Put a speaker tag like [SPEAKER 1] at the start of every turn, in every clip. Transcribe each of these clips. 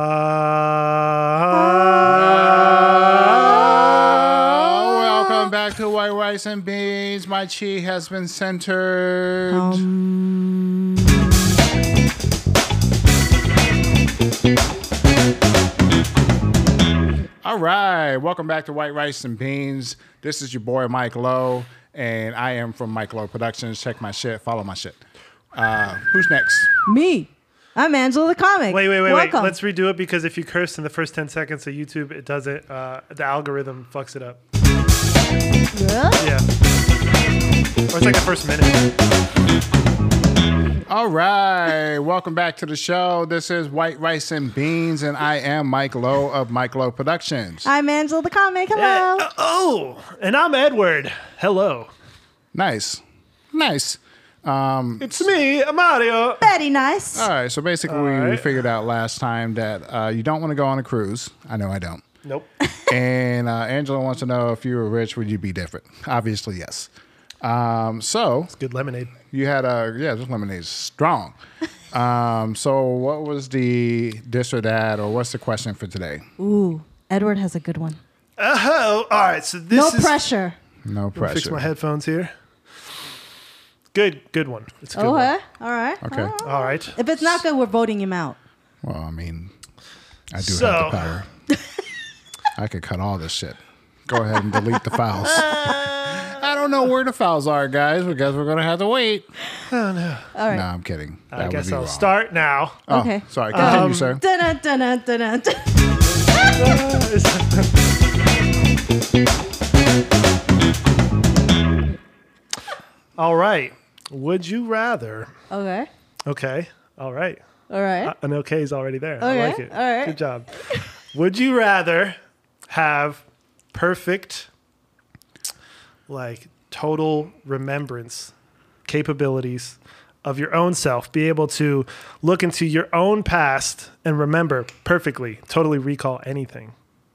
[SPEAKER 1] Oh,
[SPEAKER 2] Oh.
[SPEAKER 1] rice and beans. My chi has been centered. All right, welcome back to White Rice and Beans. This is your boy Mike Lowe, and I am from Mike Lowe Productions. Check my shit, follow my shit. Uh, who's next?
[SPEAKER 3] Me. I'm Angela the comic.
[SPEAKER 2] Wait, wait, wait,
[SPEAKER 3] Welcome.
[SPEAKER 2] wait. Let's redo it because if you curse in the first 10 seconds of YouTube, it doesn't, uh, the algorithm fucks it up.
[SPEAKER 3] Really?
[SPEAKER 2] Yeah. Or it's like the first minute.
[SPEAKER 1] All right, welcome back to the show. This is White Rice and Beans, and I am Mike Lowe of Mike Lowe Productions.
[SPEAKER 3] I'm Angela the comic. Hello.
[SPEAKER 2] Uh, oh, and I'm Edward. Hello.
[SPEAKER 1] Nice, nice.
[SPEAKER 2] It's me, Mario.
[SPEAKER 3] Very nice.
[SPEAKER 2] uh.
[SPEAKER 1] All right, so basically, we
[SPEAKER 2] right.
[SPEAKER 1] figured out last time that uh, you don't want to go on a cruise. I know I don't.
[SPEAKER 2] Nope.
[SPEAKER 1] and uh, Angela wants to know if you were rich, would you be different? Obviously, yes. Um, so
[SPEAKER 2] Good lemonade.
[SPEAKER 1] you had a yeah, this lemonade is strong. Um, so what was the this or that, or what's the question for today?
[SPEAKER 3] Ooh, Edward has a good one.
[SPEAKER 2] Oh, all right. So this
[SPEAKER 3] No
[SPEAKER 2] is.
[SPEAKER 3] pressure.
[SPEAKER 1] No
[SPEAKER 2] Fix my
[SPEAKER 1] pressure.
[SPEAKER 2] headphones here. Good, good one. It's a good
[SPEAKER 3] Oh,
[SPEAKER 2] one.
[SPEAKER 3] huh? all right.
[SPEAKER 1] Okay.
[SPEAKER 3] Oh.
[SPEAKER 2] All right.
[SPEAKER 3] If it's not good, we're voting him out.
[SPEAKER 1] Well, I mean, I do
[SPEAKER 2] So-
[SPEAKER 1] have the power. I could cut all this shit. Go ahead and delete the files. I don't know where the files are, guys. Because we're gonna have to wait.
[SPEAKER 3] All right.
[SPEAKER 1] No, I'm kidding. That
[SPEAKER 2] Oh, I
[SPEAKER 1] would
[SPEAKER 2] guess
[SPEAKER 1] be
[SPEAKER 2] I'll
[SPEAKER 1] wrong.
[SPEAKER 2] start Um, now.
[SPEAKER 1] Oh,
[SPEAKER 3] Okay.
[SPEAKER 1] Sorry, continue, sir.
[SPEAKER 3] Dun, dun, dun, dun, dun, dun.
[SPEAKER 2] All right. Would you rather?
[SPEAKER 3] Okay.
[SPEAKER 2] Okay. All right.
[SPEAKER 3] All right.
[SPEAKER 2] Uh, An okay is already there. I
[SPEAKER 3] Okay,
[SPEAKER 2] like it.
[SPEAKER 3] all right.
[SPEAKER 2] Good job. Would you rather have perfect, like total remembrance capabilities of your own self, be able to look into your own past and remember perfectly, totally recall anything,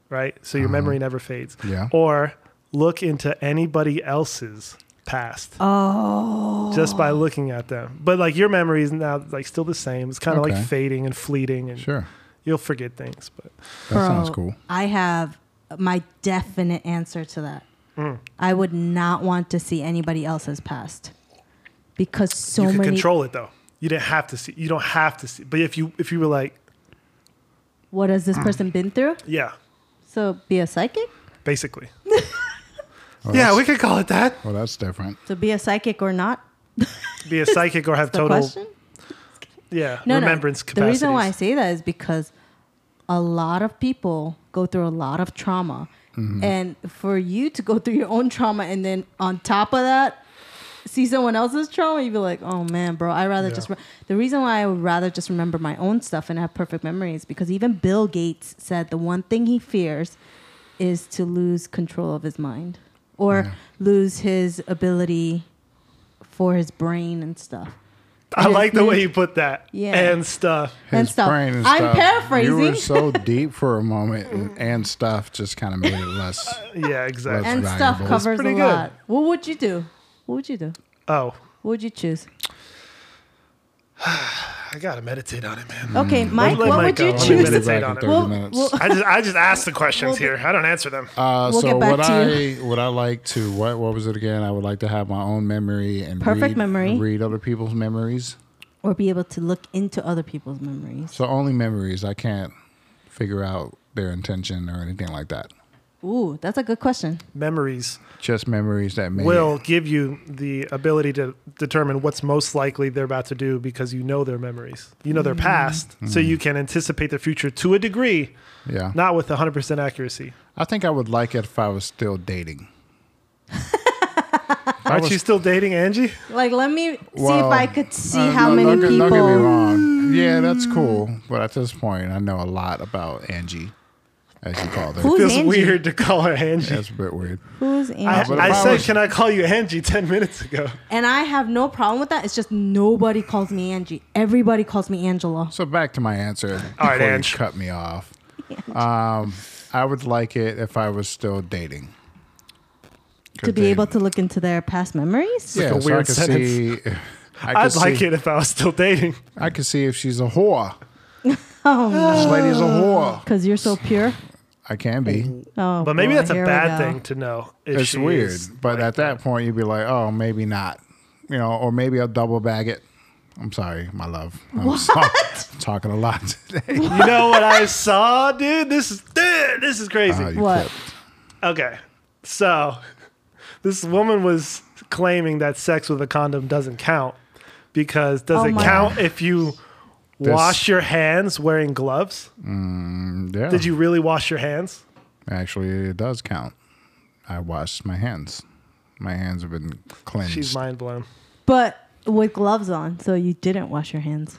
[SPEAKER 2] right? So your memory never fades.
[SPEAKER 1] Mm-hmm. Yeah.
[SPEAKER 2] Or look into anybody else's past
[SPEAKER 3] oh.
[SPEAKER 2] just by looking at them. But like your memory is now like still the same. It's kind of
[SPEAKER 1] Okay.
[SPEAKER 2] like fading and fleeting, and
[SPEAKER 1] Sure.
[SPEAKER 2] you'll forget things. But
[SPEAKER 1] That sounds
[SPEAKER 3] Bro,
[SPEAKER 1] cool.
[SPEAKER 3] I have my definite answer to that.
[SPEAKER 2] Hmm.
[SPEAKER 3] I would not want to see anybody else's past because so
[SPEAKER 2] you can
[SPEAKER 3] many.
[SPEAKER 2] control it though. You didn't have to see. You don't have to see. But if you if you were like,
[SPEAKER 3] What has
[SPEAKER 1] Hmm.
[SPEAKER 3] this person been through?
[SPEAKER 2] yeah,
[SPEAKER 3] So be a psychic.
[SPEAKER 2] basically,
[SPEAKER 1] Well,
[SPEAKER 2] Oh, yeah,
[SPEAKER 1] that's-
[SPEAKER 2] we could call it that.
[SPEAKER 1] Well, that's different.
[SPEAKER 3] So be a psychic or not?
[SPEAKER 2] Be a psychic or have
[SPEAKER 3] The
[SPEAKER 2] total
[SPEAKER 3] question.
[SPEAKER 2] yeah remembrance
[SPEAKER 3] no. The
[SPEAKER 2] capacity.
[SPEAKER 3] reason why I say that is because a lot of people go through a lot of trauma.
[SPEAKER 2] Mm-hmm.
[SPEAKER 3] And for you to go through your own trauma and then on top of that, see someone else's trauma, you'd be like, oh man, bro, I'd rather
[SPEAKER 2] Yeah.
[SPEAKER 3] just. Re-. The reason why I would rather just remember my own stuff and have perfect memories because even Bill Gates said the one thing he fears is to lose control of his mind or lose his ability for his brain and stuff.
[SPEAKER 2] I like the way you put that.
[SPEAKER 3] Yeah.
[SPEAKER 2] and stuff.
[SPEAKER 3] and stuff.
[SPEAKER 1] brain and
[SPEAKER 3] I'm
[SPEAKER 1] stuff. You
[SPEAKER 3] paraphrasing.
[SPEAKER 1] were so deep for a moment, and, and stuff just kind of made it less.
[SPEAKER 2] Yeah, exactly.
[SPEAKER 3] and
[SPEAKER 1] Valuable.
[SPEAKER 3] stuff
[SPEAKER 1] It's
[SPEAKER 3] covers a
[SPEAKER 2] pretty good.
[SPEAKER 3] lot. What would you do? What would you do?
[SPEAKER 2] oh,
[SPEAKER 3] What would you choose?
[SPEAKER 2] I gotta meditate on it,
[SPEAKER 1] Hmm.
[SPEAKER 2] man.
[SPEAKER 3] Okay, Mike,
[SPEAKER 2] let
[SPEAKER 3] what
[SPEAKER 2] Mike
[SPEAKER 3] would you
[SPEAKER 2] go. Let me
[SPEAKER 1] We'll be
[SPEAKER 3] choose?
[SPEAKER 2] meditate.
[SPEAKER 1] back
[SPEAKER 2] on
[SPEAKER 1] in
[SPEAKER 2] it.
[SPEAKER 1] 30
[SPEAKER 3] Well,
[SPEAKER 1] minutes.
[SPEAKER 3] well-
[SPEAKER 2] I just I just ask the questions here. I don't answer them.
[SPEAKER 1] Uh,
[SPEAKER 3] we'll
[SPEAKER 1] so
[SPEAKER 3] get back
[SPEAKER 1] what I
[SPEAKER 3] to
[SPEAKER 1] what I like to what what was it again? I would like to have my own memory and
[SPEAKER 3] Perfect
[SPEAKER 1] read,
[SPEAKER 3] memory.
[SPEAKER 1] Read other people's memories.
[SPEAKER 3] Or be able to look into other people's memories.
[SPEAKER 1] So only memories. I can't figure out their intention or anything like that.
[SPEAKER 3] Ooh, that's a good question.
[SPEAKER 2] Memories.
[SPEAKER 1] Just memories that made
[SPEAKER 2] will give you the ability to determine what's most likely they're about to do because you know their memories. You know their
[SPEAKER 1] Mm-hmm.
[SPEAKER 2] past, so you can anticipate their future to a degree,
[SPEAKER 1] Yeah,
[SPEAKER 2] not with 100% accuracy.
[SPEAKER 1] I think I would like it if I was still dating.
[SPEAKER 2] Aren't you still dating Angie?
[SPEAKER 3] Like, let me see if
[SPEAKER 1] Well,
[SPEAKER 3] I could see
[SPEAKER 1] Uh,
[SPEAKER 3] how
[SPEAKER 1] no,
[SPEAKER 3] many
[SPEAKER 1] don't get-
[SPEAKER 3] people.
[SPEAKER 1] Don't get me wrong. Yeah, that's cool. But at this point, I know a lot about Angie, as you call her.
[SPEAKER 3] Who's
[SPEAKER 2] Feels
[SPEAKER 3] Angie?
[SPEAKER 2] weird to call her Angie.
[SPEAKER 1] That's a bit weird.
[SPEAKER 3] Who's
[SPEAKER 2] I,
[SPEAKER 3] Angie?
[SPEAKER 1] but if
[SPEAKER 2] I
[SPEAKER 1] I
[SPEAKER 2] said,
[SPEAKER 1] was-
[SPEAKER 2] "Can I call you Angie?" Ten minutes ago.
[SPEAKER 3] and I have no problem with that. It's just nobody calls me Angie. Everybody calls me Angela.
[SPEAKER 1] So back to my answer.
[SPEAKER 2] All right,
[SPEAKER 1] before you
[SPEAKER 2] Ange.
[SPEAKER 1] cut me off. Um, I would like it if I was still dating.
[SPEAKER 3] To be able to look into their past memories?
[SPEAKER 1] yeah,
[SPEAKER 2] like a
[SPEAKER 1] so
[SPEAKER 2] weird
[SPEAKER 1] I could
[SPEAKER 2] sentence.
[SPEAKER 1] see. I could
[SPEAKER 2] I'd like
[SPEAKER 1] see,
[SPEAKER 2] it if I was still dating.
[SPEAKER 1] I could see if she's a whore.
[SPEAKER 3] Oh,
[SPEAKER 1] This lady's a whore.
[SPEAKER 3] because you're so pure.
[SPEAKER 1] I can be.
[SPEAKER 3] Oh,
[SPEAKER 2] But maybe
[SPEAKER 3] boy,
[SPEAKER 2] that's a
[SPEAKER 3] here we
[SPEAKER 2] bad
[SPEAKER 3] go.
[SPEAKER 2] thing to know. if
[SPEAKER 1] It's
[SPEAKER 2] she
[SPEAKER 1] weird.
[SPEAKER 2] is
[SPEAKER 1] But
[SPEAKER 2] like
[SPEAKER 1] at that point, you'd be like, oh, maybe not. You know, or maybe I'll double bag it. I'm sorry, my love. I'm sorry. talking a lot today.
[SPEAKER 2] You know what I saw, dude? This is dude, this is crazy.
[SPEAKER 1] Oh, you
[SPEAKER 3] What?
[SPEAKER 1] flipped.
[SPEAKER 2] okay. So this woman was claiming that sex with a condom doesn't count because does
[SPEAKER 3] Oh
[SPEAKER 2] it
[SPEAKER 3] my-
[SPEAKER 2] count if you
[SPEAKER 1] This-
[SPEAKER 2] wash your hands wearing gloves?
[SPEAKER 1] Yeah.
[SPEAKER 2] Did you really wash your hands?
[SPEAKER 1] Actually, it does count. I washed my hands. My hands have been cleansed.
[SPEAKER 2] She's mind blown.
[SPEAKER 3] But with gloves on, so you didn't wash your hands.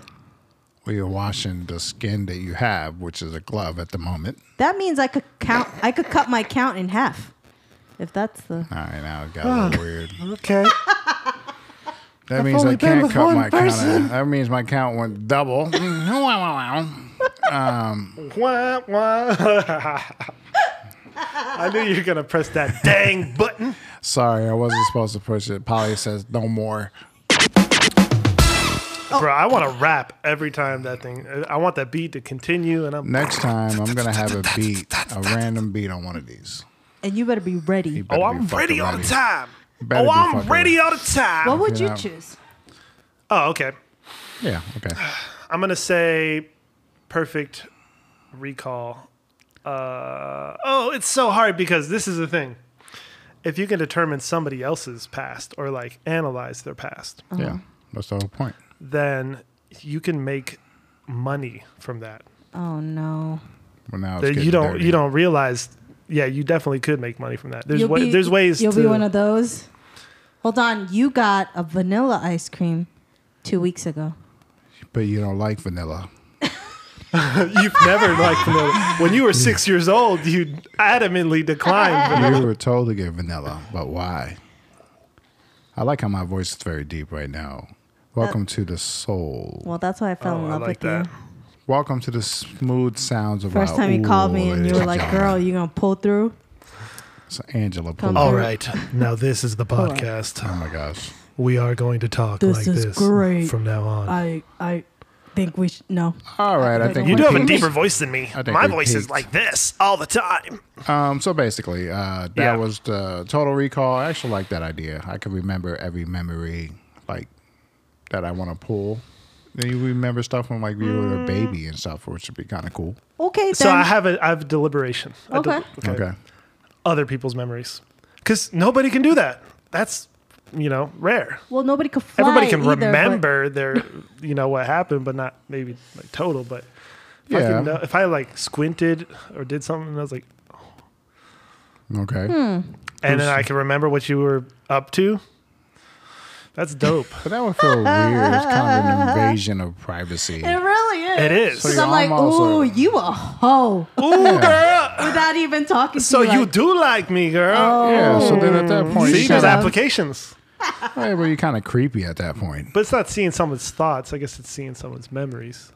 [SPEAKER 1] we are washing the skin that you have, which is a glove at the moment.
[SPEAKER 3] That means I could count. I could cut my count in half. If that's the
[SPEAKER 1] All right, now it got a little weird.
[SPEAKER 2] Okay.
[SPEAKER 1] That means
[SPEAKER 2] only
[SPEAKER 1] I
[SPEAKER 2] been
[SPEAKER 1] can't
[SPEAKER 2] with
[SPEAKER 1] cut
[SPEAKER 2] one
[SPEAKER 1] my
[SPEAKER 2] person.
[SPEAKER 1] count. That means my count went double.
[SPEAKER 2] wah, wah. I knew you were gonna press that dang button.
[SPEAKER 1] Sorry, I wasn't supposed to push it. Polly says no more.
[SPEAKER 3] Oh.
[SPEAKER 2] Bro, I want to rap every time that thing. I want that beat to continue, and I'm
[SPEAKER 1] Next time, I'm gonna have a beat, a random beat on one of these.
[SPEAKER 3] and you better be ready.
[SPEAKER 1] You better
[SPEAKER 2] oh,
[SPEAKER 1] be
[SPEAKER 2] I'm
[SPEAKER 1] fucking
[SPEAKER 2] ready all the time.
[SPEAKER 1] Better
[SPEAKER 2] oh,
[SPEAKER 1] be
[SPEAKER 2] I'm
[SPEAKER 1] fucking
[SPEAKER 2] ready
[SPEAKER 1] ready.
[SPEAKER 2] all the time.
[SPEAKER 3] What would
[SPEAKER 1] you
[SPEAKER 3] you
[SPEAKER 1] know.
[SPEAKER 3] choose?
[SPEAKER 2] oh, okay.
[SPEAKER 1] Yeah. Okay.
[SPEAKER 2] I'm gonna say perfect recall. Uh, oh, it's so hard because this is the thing. If you can determine somebody else's past or like analyze their past,
[SPEAKER 1] Yeah. That's the whole point.
[SPEAKER 2] then you can make money from that.
[SPEAKER 3] Oh no.
[SPEAKER 1] Well, now it's
[SPEAKER 2] That you
[SPEAKER 1] getting
[SPEAKER 2] don't
[SPEAKER 1] dirty.
[SPEAKER 2] you don't realize. Yeah, you definitely could make money from that. There's
[SPEAKER 3] You'll
[SPEAKER 2] wa-
[SPEAKER 3] be-
[SPEAKER 2] there's ways
[SPEAKER 3] You'll
[SPEAKER 2] to
[SPEAKER 3] be one of those. Hold on. You got a vanilla ice cream two weeks ago.
[SPEAKER 1] But you don't like vanilla.
[SPEAKER 2] You've never liked vanilla. When you were six years old, you adamantly declined vanilla.
[SPEAKER 1] You were told to get vanilla, but why? I like how my voice is very deep right
[SPEAKER 3] Uh,
[SPEAKER 1] now. Welcome to the soul.
[SPEAKER 3] Well, that's why I fell
[SPEAKER 2] Oh,
[SPEAKER 3] in
[SPEAKER 2] I
[SPEAKER 3] love
[SPEAKER 2] like
[SPEAKER 3] with
[SPEAKER 2] that.
[SPEAKER 3] you.
[SPEAKER 1] Welcome to the smooth sounds of
[SPEAKER 3] First
[SPEAKER 1] our
[SPEAKER 3] time you called me
[SPEAKER 1] ooh,
[SPEAKER 3] and you were
[SPEAKER 1] ladies
[SPEAKER 3] like,
[SPEAKER 1] gentlemen.
[SPEAKER 3] "Girl, you gonna pull through?"
[SPEAKER 1] It's Angela.
[SPEAKER 3] Come
[SPEAKER 1] Pulley.
[SPEAKER 2] All
[SPEAKER 3] on.
[SPEAKER 2] right, now this is the
[SPEAKER 1] Oh
[SPEAKER 2] podcast.
[SPEAKER 1] my gosh.
[SPEAKER 2] We are going to talk
[SPEAKER 3] This
[SPEAKER 2] like
[SPEAKER 3] is
[SPEAKER 2] this
[SPEAKER 3] great.
[SPEAKER 2] from now on.
[SPEAKER 3] I I think we should no.
[SPEAKER 1] All right. I think
[SPEAKER 3] You
[SPEAKER 1] we
[SPEAKER 3] do have a
[SPEAKER 1] peaked.
[SPEAKER 2] voice than me.
[SPEAKER 1] I think My we voice is peaked. like
[SPEAKER 2] this all the time.
[SPEAKER 1] Um, so basically, uh, that
[SPEAKER 2] Yeah.
[SPEAKER 1] was the Total Recall. I actually like that idea. I can remember every memory like that I want to pull. Then you remember stuff from like you
[SPEAKER 3] Mm.
[SPEAKER 1] were a baby and stuff, which would be kind of cool.
[SPEAKER 3] Okay,
[SPEAKER 2] So
[SPEAKER 3] then.
[SPEAKER 2] I have a I have deliberation. I del-
[SPEAKER 3] Okay.
[SPEAKER 1] Okay.
[SPEAKER 2] Other people's memories, because nobody can do that. That's you know rare.
[SPEAKER 3] well, nobody could fly.
[SPEAKER 2] Everybody can
[SPEAKER 3] either, but-
[SPEAKER 2] remember their you know what happened, but not maybe like total. But if I
[SPEAKER 1] Yeah.
[SPEAKER 2] can know, if I like squinted or did something, and I was like,
[SPEAKER 1] Okay.
[SPEAKER 3] Hmm.
[SPEAKER 2] and then I can remember what you were up to. That's dope.
[SPEAKER 1] But that would feel weird. It's kind of an invasion of privacy.
[SPEAKER 3] It really is.
[SPEAKER 2] It is. So
[SPEAKER 3] Because
[SPEAKER 1] you're
[SPEAKER 3] I'm like,
[SPEAKER 1] almost
[SPEAKER 3] ooh,
[SPEAKER 1] a-
[SPEAKER 3] you a hoe
[SPEAKER 2] Ooh, girl.
[SPEAKER 3] without even talking.
[SPEAKER 2] So
[SPEAKER 3] to you,
[SPEAKER 2] you
[SPEAKER 3] like, Oh,
[SPEAKER 2] do like me, girl.
[SPEAKER 1] Yeah. So then at that point,
[SPEAKER 2] See,
[SPEAKER 1] you
[SPEAKER 2] there's
[SPEAKER 1] kind
[SPEAKER 3] up.
[SPEAKER 2] applications.
[SPEAKER 1] of, well, you're kind of creepy at that point.
[SPEAKER 2] But it's not seeing someone's thoughts. I guess it's seeing someone's memories.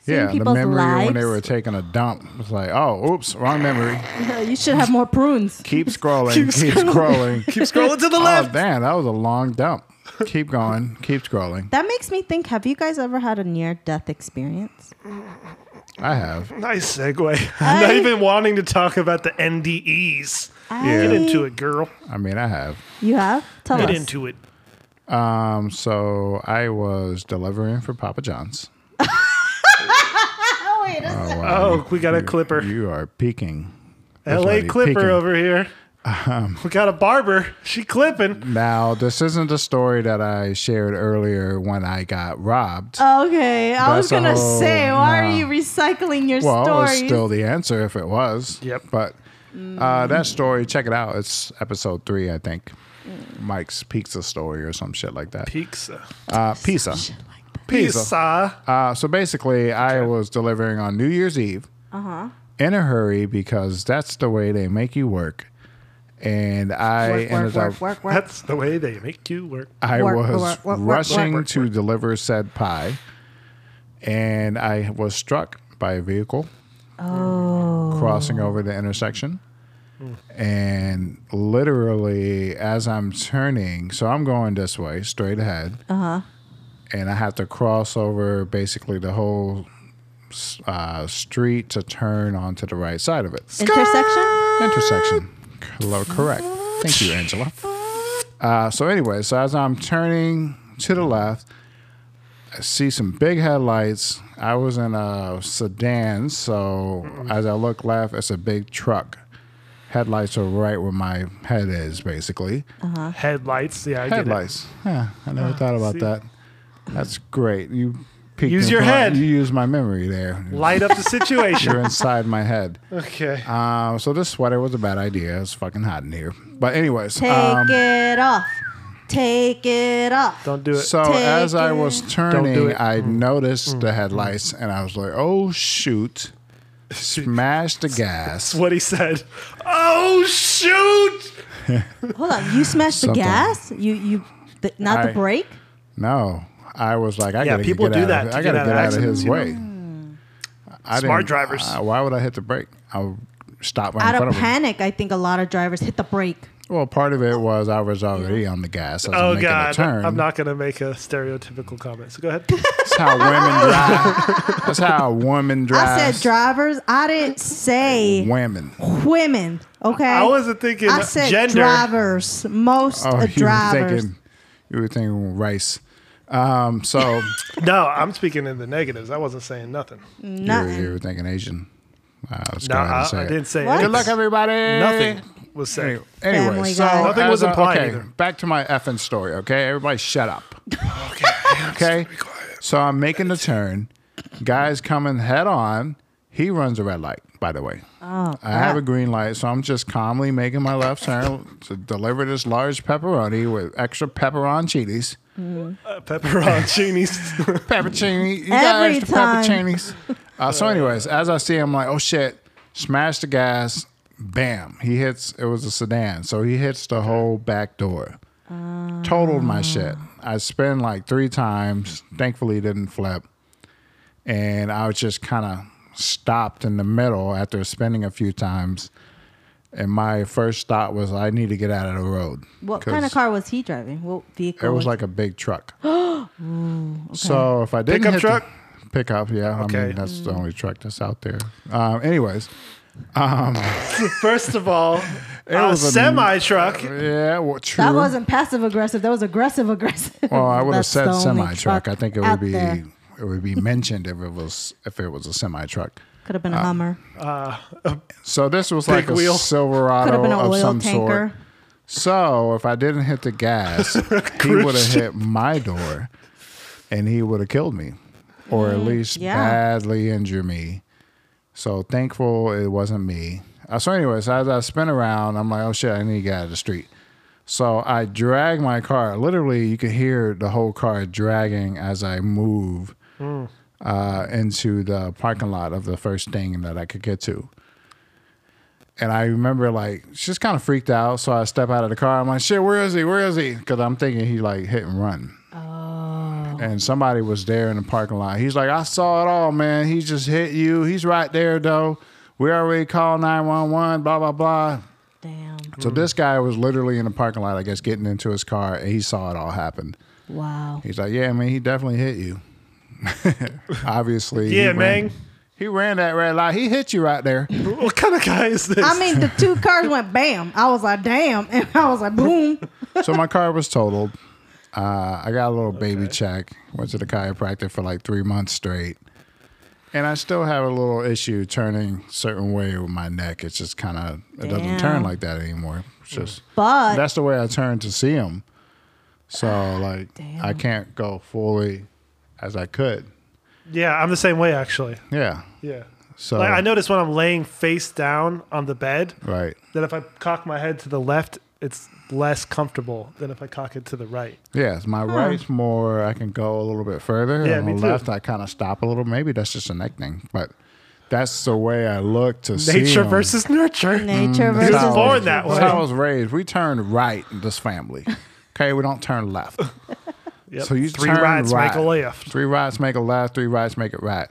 [SPEAKER 3] Seeing
[SPEAKER 1] yeah. The
[SPEAKER 3] people's
[SPEAKER 1] memory when they
[SPEAKER 3] lives.
[SPEAKER 1] were taking a dump. It's like, oh, oops, wrong memory.
[SPEAKER 3] you should have more prunes.
[SPEAKER 1] Keep scrolling. keep scrolling.
[SPEAKER 2] Keep scrolling to the
[SPEAKER 1] Oh
[SPEAKER 2] left.
[SPEAKER 1] damn, that was a long dump. Keep going, keep scrolling.
[SPEAKER 3] That makes me think. Have you guys ever had a near-death experience?
[SPEAKER 1] I have.
[SPEAKER 2] nice segue. I'm not
[SPEAKER 3] I-
[SPEAKER 2] even wanting to talk about the NDEs. Get into it, girl.
[SPEAKER 1] I mean, I have.
[SPEAKER 3] You have. Tell
[SPEAKER 2] Get
[SPEAKER 3] us.
[SPEAKER 2] into it.
[SPEAKER 1] Um, so I was delivering for Papa John's.
[SPEAKER 3] Oh wait a second.
[SPEAKER 2] Oh, we got a clipper.
[SPEAKER 1] You are peeking. That's
[SPEAKER 2] LA
[SPEAKER 1] right, you're
[SPEAKER 2] Clipper
[SPEAKER 1] peeking.
[SPEAKER 2] over here.
[SPEAKER 1] Um,
[SPEAKER 2] we got a barber. She clipping.
[SPEAKER 1] Now, this isn't the story that I shared earlier when I got robbed.
[SPEAKER 3] Okay, I was
[SPEAKER 1] That's a
[SPEAKER 3] gonna
[SPEAKER 1] whole-
[SPEAKER 3] say, why
[SPEAKER 1] nah.
[SPEAKER 3] are you recycling your
[SPEAKER 1] well,
[SPEAKER 3] stories?
[SPEAKER 1] it's still the answer if it was.
[SPEAKER 2] Yep.
[SPEAKER 1] But uh, that story, check it out. It's episode three, I think.
[SPEAKER 3] Mm.
[SPEAKER 1] Mike's Pizza Story or some shit like that.
[SPEAKER 2] Pizza.
[SPEAKER 1] Uh, pizza.
[SPEAKER 2] Pizza.
[SPEAKER 1] Uh, so basically, I was delivering on New Year's Eve
[SPEAKER 3] Uh-huh.
[SPEAKER 1] in a hurry because that's the way they make you work. And I
[SPEAKER 3] work,
[SPEAKER 1] ended up,
[SPEAKER 3] work, work, work, work.
[SPEAKER 2] That's the way they make you work.
[SPEAKER 1] I
[SPEAKER 3] work,
[SPEAKER 1] was
[SPEAKER 3] work, work, work,
[SPEAKER 1] rushing
[SPEAKER 3] work,
[SPEAKER 1] to deliver said pie, and I was struck by a vehicle
[SPEAKER 3] Oh.
[SPEAKER 1] crossing over the intersection. And literally, as I'm turning, so I'm going this way,
[SPEAKER 3] Uh-huh.
[SPEAKER 1] straight ahead. Uh huh. And I have to cross over basically the whole s- uh, street to turn onto the right side of it.
[SPEAKER 3] Intersection?
[SPEAKER 1] Intersection. Hello, correct. Thank you, Angela. Uh, so anyway, so as I'm turning to the left, I see some big headlights. I was in a sedan, so as I look left, it's a big truck. Headlights are right where my head is, basically.
[SPEAKER 2] Headlights. Yeah, I get it. Ah,
[SPEAKER 1] Headlights. Yeah, I never thought about
[SPEAKER 2] see.
[SPEAKER 1] that. That's great. You peeked
[SPEAKER 2] Use
[SPEAKER 1] in
[SPEAKER 2] your
[SPEAKER 1] front-
[SPEAKER 2] head.
[SPEAKER 1] You use my memory there.
[SPEAKER 2] Light up the situation.
[SPEAKER 1] You're inside my head.
[SPEAKER 2] okay.
[SPEAKER 1] Um, so this sweater was a bad idea. It's fucking hot in here. But anyways,
[SPEAKER 3] Take
[SPEAKER 1] um,
[SPEAKER 3] it off. Take it off.
[SPEAKER 2] Don't do it.
[SPEAKER 1] so
[SPEAKER 3] Take
[SPEAKER 1] as I
[SPEAKER 3] it.
[SPEAKER 1] was
[SPEAKER 2] do
[SPEAKER 1] turning,
[SPEAKER 2] it. Mm.
[SPEAKER 1] I noticed the headlights, and I was like, "Oh shoot!" Smash the gas.
[SPEAKER 2] what he said. Oh shoot!
[SPEAKER 3] Hold on. You smashed the
[SPEAKER 1] Something.
[SPEAKER 3] gas? You you the, not
[SPEAKER 1] I-
[SPEAKER 3] the brake?
[SPEAKER 1] No, I was like, "I
[SPEAKER 2] Yeah,
[SPEAKER 1] gotta
[SPEAKER 2] people
[SPEAKER 1] get
[SPEAKER 2] do
[SPEAKER 1] out
[SPEAKER 2] that
[SPEAKER 1] Of,
[SPEAKER 2] to
[SPEAKER 1] I
[SPEAKER 2] get
[SPEAKER 1] gotta
[SPEAKER 2] out
[SPEAKER 1] get
[SPEAKER 2] of
[SPEAKER 1] out of
[SPEAKER 2] accidents,
[SPEAKER 1] his
[SPEAKER 2] you know?
[SPEAKER 1] way." I
[SPEAKER 2] Smart
[SPEAKER 1] didn't-
[SPEAKER 2] drivers.
[SPEAKER 1] uh, why would I hit the brake? I stopped right in
[SPEAKER 3] Out
[SPEAKER 1] front of
[SPEAKER 3] of
[SPEAKER 1] him.
[SPEAKER 3] panic, I think a lot of drivers hit the brake.
[SPEAKER 1] Well, part of it was I was already on the gas. I was
[SPEAKER 2] Oh
[SPEAKER 1] making a
[SPEAKER 2] god,
[SPEAKER 1] turn.
[SPEAKER 2] I'm not gonna make a stereotypical comment. So go ahead.
[SPEAKER 1] That's how women drive. That's how a woman drives.
[SPEAKER 3] I said drivers. I didn't say
[SPEAKER 1] women.
[SPEAKER 3] women. Okay.
[SPEAKER 2] I wasn't thinking
[SPEAKER 3] I said
[SPEAKER 2] gender.
[SPEAKER 3] drivers. Most
[SPEAKER 1] Oh,
[SPEAKER 3] uh,
[SPEAKER 1] you were
[SPEAKER 3] drivers.
[SPEAKER 1] thinking, you were thinking rice. Um, so
[SPEAKER 2] No, I'm speaking in the negatives. I wasn't saying nothing.
[SPEAKER 1] you, were,
[SPEAKER 3] Nothing.
[SPEAKER 1] you were thinking Asian. Uh, let's
[SPEAKER 2] No,
[SPEAKER 1] go ahead and
[SPEAKER 2] I,
[SPEAKER 1] say
[SPEAKER 2] I
[SPEAKER 1] it.
[SPEAKER 2] didn't say
[SPEAKER 3] What?
[SPEAKER 1] Good
[SPEAKER 2] anything.
[SPEAKER 1] luck, everybody.
[SPEAKER 2] Nothing was said.
[SPEAKER 1] Anyway, anyway
[SPEAKER 3] Family
[SPEAKER 1] so
[SPEAKER 3] guy.
[SPEAKER 2] Nothing was
[SPEAKER 1] as I-
[SPEAKER 2] implied
[SPEAKER 1] okay,
[SPEAKER 2] either.
[SPEAKER 1] back to my effing story. Okay, everybody, shut up. okay. Okay. So I'm making the turn. Guy's coming head on. He runs a red light. By the way,
[SPEAKER 3] Oh,
[SPEAKER 1] I have a
[SPEAKER 3] crap.
[SPEAKER 1] green light, so I'm just calmly making my left turn to deliver this large pepperoni with extra pepperoncinis.
[SPEAKER 2] Uh, pepperoncinis.
[SPEAKER 1] Peppercini, you guys,
[SPEAKER 3] Every
[SPEAKER 1] the
[SPEAKER 3] time.
[SPEAKER 1] peppercinis. Uh, so, anyways, as I see him, like, oh shit, smash the gas, bam. He hits. It was a sedan, so he hits the whole back door. Totaled
[SPEAKER 3] Ah.
[SPEAKER 1] my shit. I spin like three times. Thankfully, it didn't flip, and I was just kind of stopped in the middle after spinning a few times. And my first thought was, I need to get out of the road.
[SPEAKER 3] What kind of
[SPEAKER 1] 'Cause
[SPEAKER 3] car was he driving? What vehicle?
[SPEAKER 1] it was like a big truck. So if I didn't
[SPEAKER 2] Pickup
[SPEAKER 1] hit the-
[SPEAKER 2] truck?
[SPEAKER 1] pickup, yeah. I
[SPEAKER 2] Okay.
[SPEAKER 1] mean, that's
[SPEAKER 3] Mm.
[SPEAKER 1] the only truck that's out there. Um, anyways,
[SPEAKER 2] First of all, a
[SPEAKER 1] was a-
[SPEAKER 2] semi truck.
[SPEAKER 1] yeah, well, true.
[SPEAKER 3] that wasn't passive aggressive. That was aggressive aggressive.
[SPEAKER 1] well, Oh, I would have
[SPEAKER 3] That's the
[SPEAKER 1] said
[SPEAKER 3] only
[SPEAKER 1] semi truck.
[SPEAKER 3] truck
[SPEAKER 1] I think it
[SPEAKER 3] out
[SPEAKER 1] would be
[SPEAKER 3] there.
[SPEAKER 1] it would be mentioned if it was if it was a semi truck.
[SPEAKER 3] Could have been
[SPEAKER 1] uh,
[SPEAKER 3] a Hummer.
[SPEAKER 1] So this was
[SPEAKER 2] Big
[SPEAKER 1] like
[SPEAKER 2] wheel.
[SPEAKER 1] a
[SPEAKER 3] Could
[SPEAKER 1] Silverado
[SPEAKER 3] have been an
[SPEAKER 1] of
[SPEAKER 3] oil
[SPEAKER 1] some
[SPEAKER 3] tanker.
[SPEAKER 1] sort. So if I didn't hit the gas, he would have hit my door, and he would have killed me, or at least
[SPEAKER 3] yeah.
[SPEAKER 1] badly injure me. So thankful it wasn't me. Uh, so, anyways, as I spin around, I'm like, oh shit, I need to get out of the street. So I drag my car. Literally, you could hear the whole car dragging as I move uh, into the parking lot of the first thing that I could get to. And I remember like she's kind of freaked out, so I step out of the car. I'm like, "Shit, where is he? Where is he?" Because I'm thinking he like hit and run. Oh. And somebody was there in the parking lot. He's like, "I saw it all, man. He just hit you. He's right there, though. We already called nine one one. Blah blah blah."
[SPEAKER 3] Damn.
[SPEAKER 1] So
[SPEAKER 2] Mm.
[SPEAKER 1] this guy was literally in the parking lot, I guess, getting into his car, and he saw it all happen.
[SPEAKER 3] Wow.
[SPEAKER 1] He's like, "Yeah, man, he definitely hit you. Obviously, he
[SPEAKER 2] Yeah,
[SPEAKER 1] ran-
[SPEAKER 2] man.
[SPEAKER 1] He ran that red light. He hit you right there."
[SPEAKER 2] What kind of guy is this?
[SPEAKER 3] I mean, the two cars went bam. I was like, damn. And I was like, boom.
[SPEAKER 1] so my car was totaled. Uh, I got a little baby check. Went to the chiropractor for like three months straight, and I still have a little issue turning certain way with my neck. It's just kind of it doesn't turn
[SPEAKER 3] Damn.
[SPEAKER 1] like that anymore. It's just
[SPEAKER 3] But Ah,
[SPEAKER 1] that's the way I turn to see him. So like I can't go fully as I could.
[SPEAKER 2] yeah, I'm the same way actually.
[SPEAKER 1] Yeah.
[SPEAKER 2] Yeah.
[SPEAKER 1] So
[SPEAKER 2] Like I notice when I'm laying face down on the bed
[SPEAKER 1] right.
[SPEAKER 2] that if I cock my head to the left, it's less comfortable than if I cock it to the right.
[SPEAKER 1] Yes, my right's more. I can go a little bit further.
[SPEAKER 2] Yeah,
[SPEAKER 1] on
[SPEAKER 2] me
[SPEAKER 1] the
[SPEAKER 2] too.
[SPEAKER 1] left, I kind of stop a little. Maybe that's just a neck thing, but that's the way I look to see
[SPEAKER 2] Nature
[SPEAKER 1] him.
[SPEAKER 2] versus nurture.
[SPEAKER 3] nature versus.
[SPEAKER 1] That's how I
[SPEAKER 2] born that
[SPEAKER 1] Mm, That's how I
[SPEAKER 2] way.
[SPEAKER 1] was raised. We turn right in this family. Okay, we don't turn left.
[SPEAKER 2] Yep.
[SPEAKER 1] So you
[SPEAKER 2] three
[SPEAKER 1] turn
[SPEAKER 2] rides
[SPEAKER 1] right.
[SPEAKER 2] make a left.
[SPEAKER 1] Three rights make a left. Three rights make it right.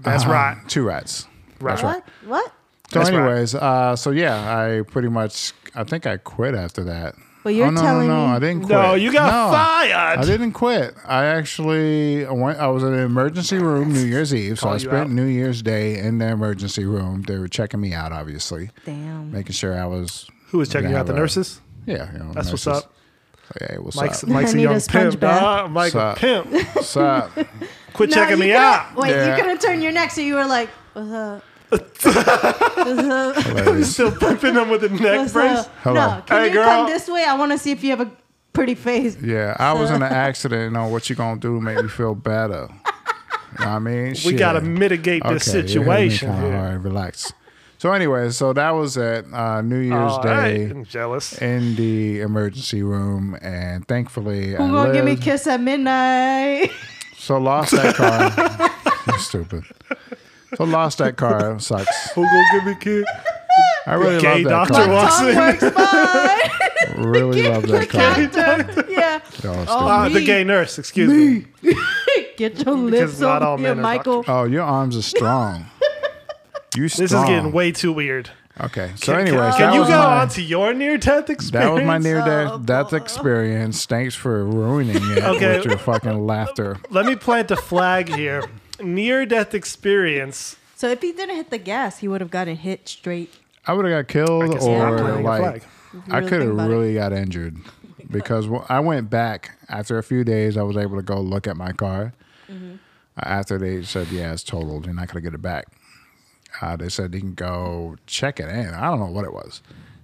[SPEAKER 2] That's
[SPEAKER 1] Uh-huh.
[SPEAKER 2] right.
[SPEAKER 1] Two rights.
[SPEAKER 2] Right.
[SPEAKER 3] What? What?
[SPEAKER 1] So,
[SPEAKER 2] That's right.
[SPEAKER 1] anyways, uh, so yeah, I pretty much. I think I quit after that.
[SPEAKER 3] But you're
[SPEAKER 1] oh no,
[SPEAKER 3] telling
[SPEAKER 1] no, no!
[SPEAKER 3] me
[SPEAKER 1] I didn't quit.
[SPEAKER 2] No, you got
[SPEAKER 1] No, I
[SPEAKER 2] fired.
[SPEAKER 1] didn't quit. I actually went. I was in an emergency room New Year's Eve, so
[SPEAKER 2] Call
[SPEAKER 1] I
[SPEAKER 2] you
[SPEAKER 1] spent
[SPEAKER 2] out.
[SPEAKER 1] New Year's Day in the emergency room. They were checking me out, obviously,
[SPEAKER 3] damn.
[SPEAKER 1] making sure I was.
[SPEAKER 2] Who was checking
[SPEAKER 1] gonna
[SPEAKER 2] out the
[SPEAKER 1] have a-
[SPEAKER 2] nurses?
[SPEAKER 1] Yeah, you know,
[SPEAKER 2] That's what's
[SPEAKER 1] nurses.
[SPEAKER 2] up.
[SPEAKER 1] Hey, what's
[SPEAKER 2] Mike's,
[SPEAKER 1] up?
[SPEAKER 2] Mike's
[SPEAKER 3] I
[SPEAKER 2] a
[SPEAKER 3] need
[SPEAKER 2] young
[SPEAKER 3] a sponge
[SPEAKER 2] pimp.
[SPEAKER 3] bath.
[SPEAKER 2] dog. Mike's a
[SPEAKER 1] Sup?
[SPEAKER 2] pimp.
[SPEAKER 1] What's up?
[SPEAKER 2] Quit
[SPEAKER 3] No,
[SPEAKER 2] checking
[SPEAKER 3] you
[SPEAKER 2] me
[SPEAKER 3] couldn't-
[SPEAKER 2] out.
[SPEAKER 3] Wait,
[SPEAKER 1] Yeah.
[SPEAKER 3] you couldn't turn your neck, so you were like, what's up?
[SPEAKER 1] Ladies.
[SPEAKER 2] Still pimping him with a neck
[SPEAKER 3] What's
[SPEAKER 2] brace.
[SPEAKER 3] up?
[SPEAKER 1] Hello.
[SPEAKER 3] No, can
[SPEAKER 2] Hey,
[SPEAKER 3] you
[SPEAKER 2] girl.
[SPEAKER 3] come this way? I want to see if you have a pretty face.
[SPEAKER 1] Yeah, I was in an accident. You know what you gonna do? to Make me feel better. You know what I mean,
[SPEAKER 2] We
[SPEAKER 1] Shit.
[SPEAKER 2] gotta mitigate
[SPEAKER 1] Okay,
[SPEAKER 2] this
[SPEAKER 1] you hit me
[SPEAKER 2] situation.
[SPEAKER 1] kinda
[SPEAKER 2] here.
[SPEAKER 1] hard. Relax. So anyway, so that was at uh, New Year's
[SPEAKER 2] All right.
[SPEAKER 1] Day
[SPEAKER 2] I'm jealous.
[SPEAKER 1] in the emergency room, and thankfully
[SPEAKER 3] Who
[SPEAKER 1] I
[SPEAKER 3] gonna give me a
[SPEAKER 1] lived.
[SPEAKER 3] kiss at midnight?
[SPEAKER 1] So lost that car. You're stupid. So lost that car. Sucks.
[SPEAKER 2] Who gonna give me kid?
[SPEAKER 1] I really
[SPEAKER 2] Gay
[SPEAKER 1] love that
[SPEAKER 2] doctor
[SPEAKER 1] car.
[SPEAKER 2] walks
[SPEAKER 3] Tongue
[SPEAKER 2] in.
[SPEAKER 3] works fine.
[SPEAKER 1] Really love that car.
[SPEAKER 3] Doctor, yeah.
[SPEAKER 1] Y'all stupid.
[SPEAKER 3] Oh,
[SPEAKER 2] Uh, the
[SPEAKER 3] me.
[SPEAKER 2] gay nurse, excuse me.
[SPEAKER 3] Get your
[SPEAKER 2] Because
[SPEAKER 3] lips
[SPEAKER 2] not all
[SPEAKER 3] on here,
[SPEAKER 2] men are
[SPEAKER 3] Michael.
[SPEAKER 1] Oh, your arms are strong. You strong.
[SPEAKER 2] This is getting way too weird.
[SPEAKER 1] Okay. So
[SPEAKER 2] Can-
[SPEAKER 1] anyway,
[SPEAKER 2] can you go
[SPEAKER 1] my,
[SPEAKER 2] on to your near death experience?
[SPEAKER 1] That was my near
[SPEAKER 3] Oh,
[SPEAKER 1] death, death experience. Thanks for ruining it
[SPEAKER 2] Okay.
[SPEAKER 1] with your fucking laughter.
[SPEAKER 2] Let me plant a flag here. Near death experience.
[SPEAKER 3] So if he didn't hit the gas, he would have gotten hit straight.
[SPEAKER 1] I would have got killed
[SPEAKER 2] guess I'm
[SPEAKER 1] or
[SPEAKER 2] not planting a
[SPEAKER 1] like
[SPEAKER 2] flag.
[SPEAKER 1] I
[SPEAKER 3] Really
[SPEAKER 1] could
[SPEAKER 3] think
[SPEAKER 1] have
[SPEAKER 3] about it.
[SPEAKER 1] really got injured because wh- I went back after a few days. I was able to go look at my car
[SPEAKER 3] Mm-hmm.
[SPEAKER 1] Uh, after they said, "Yeah, it's totaled. You're not gonna get it back." Uh, they said you can go check it in. I don't know what it was,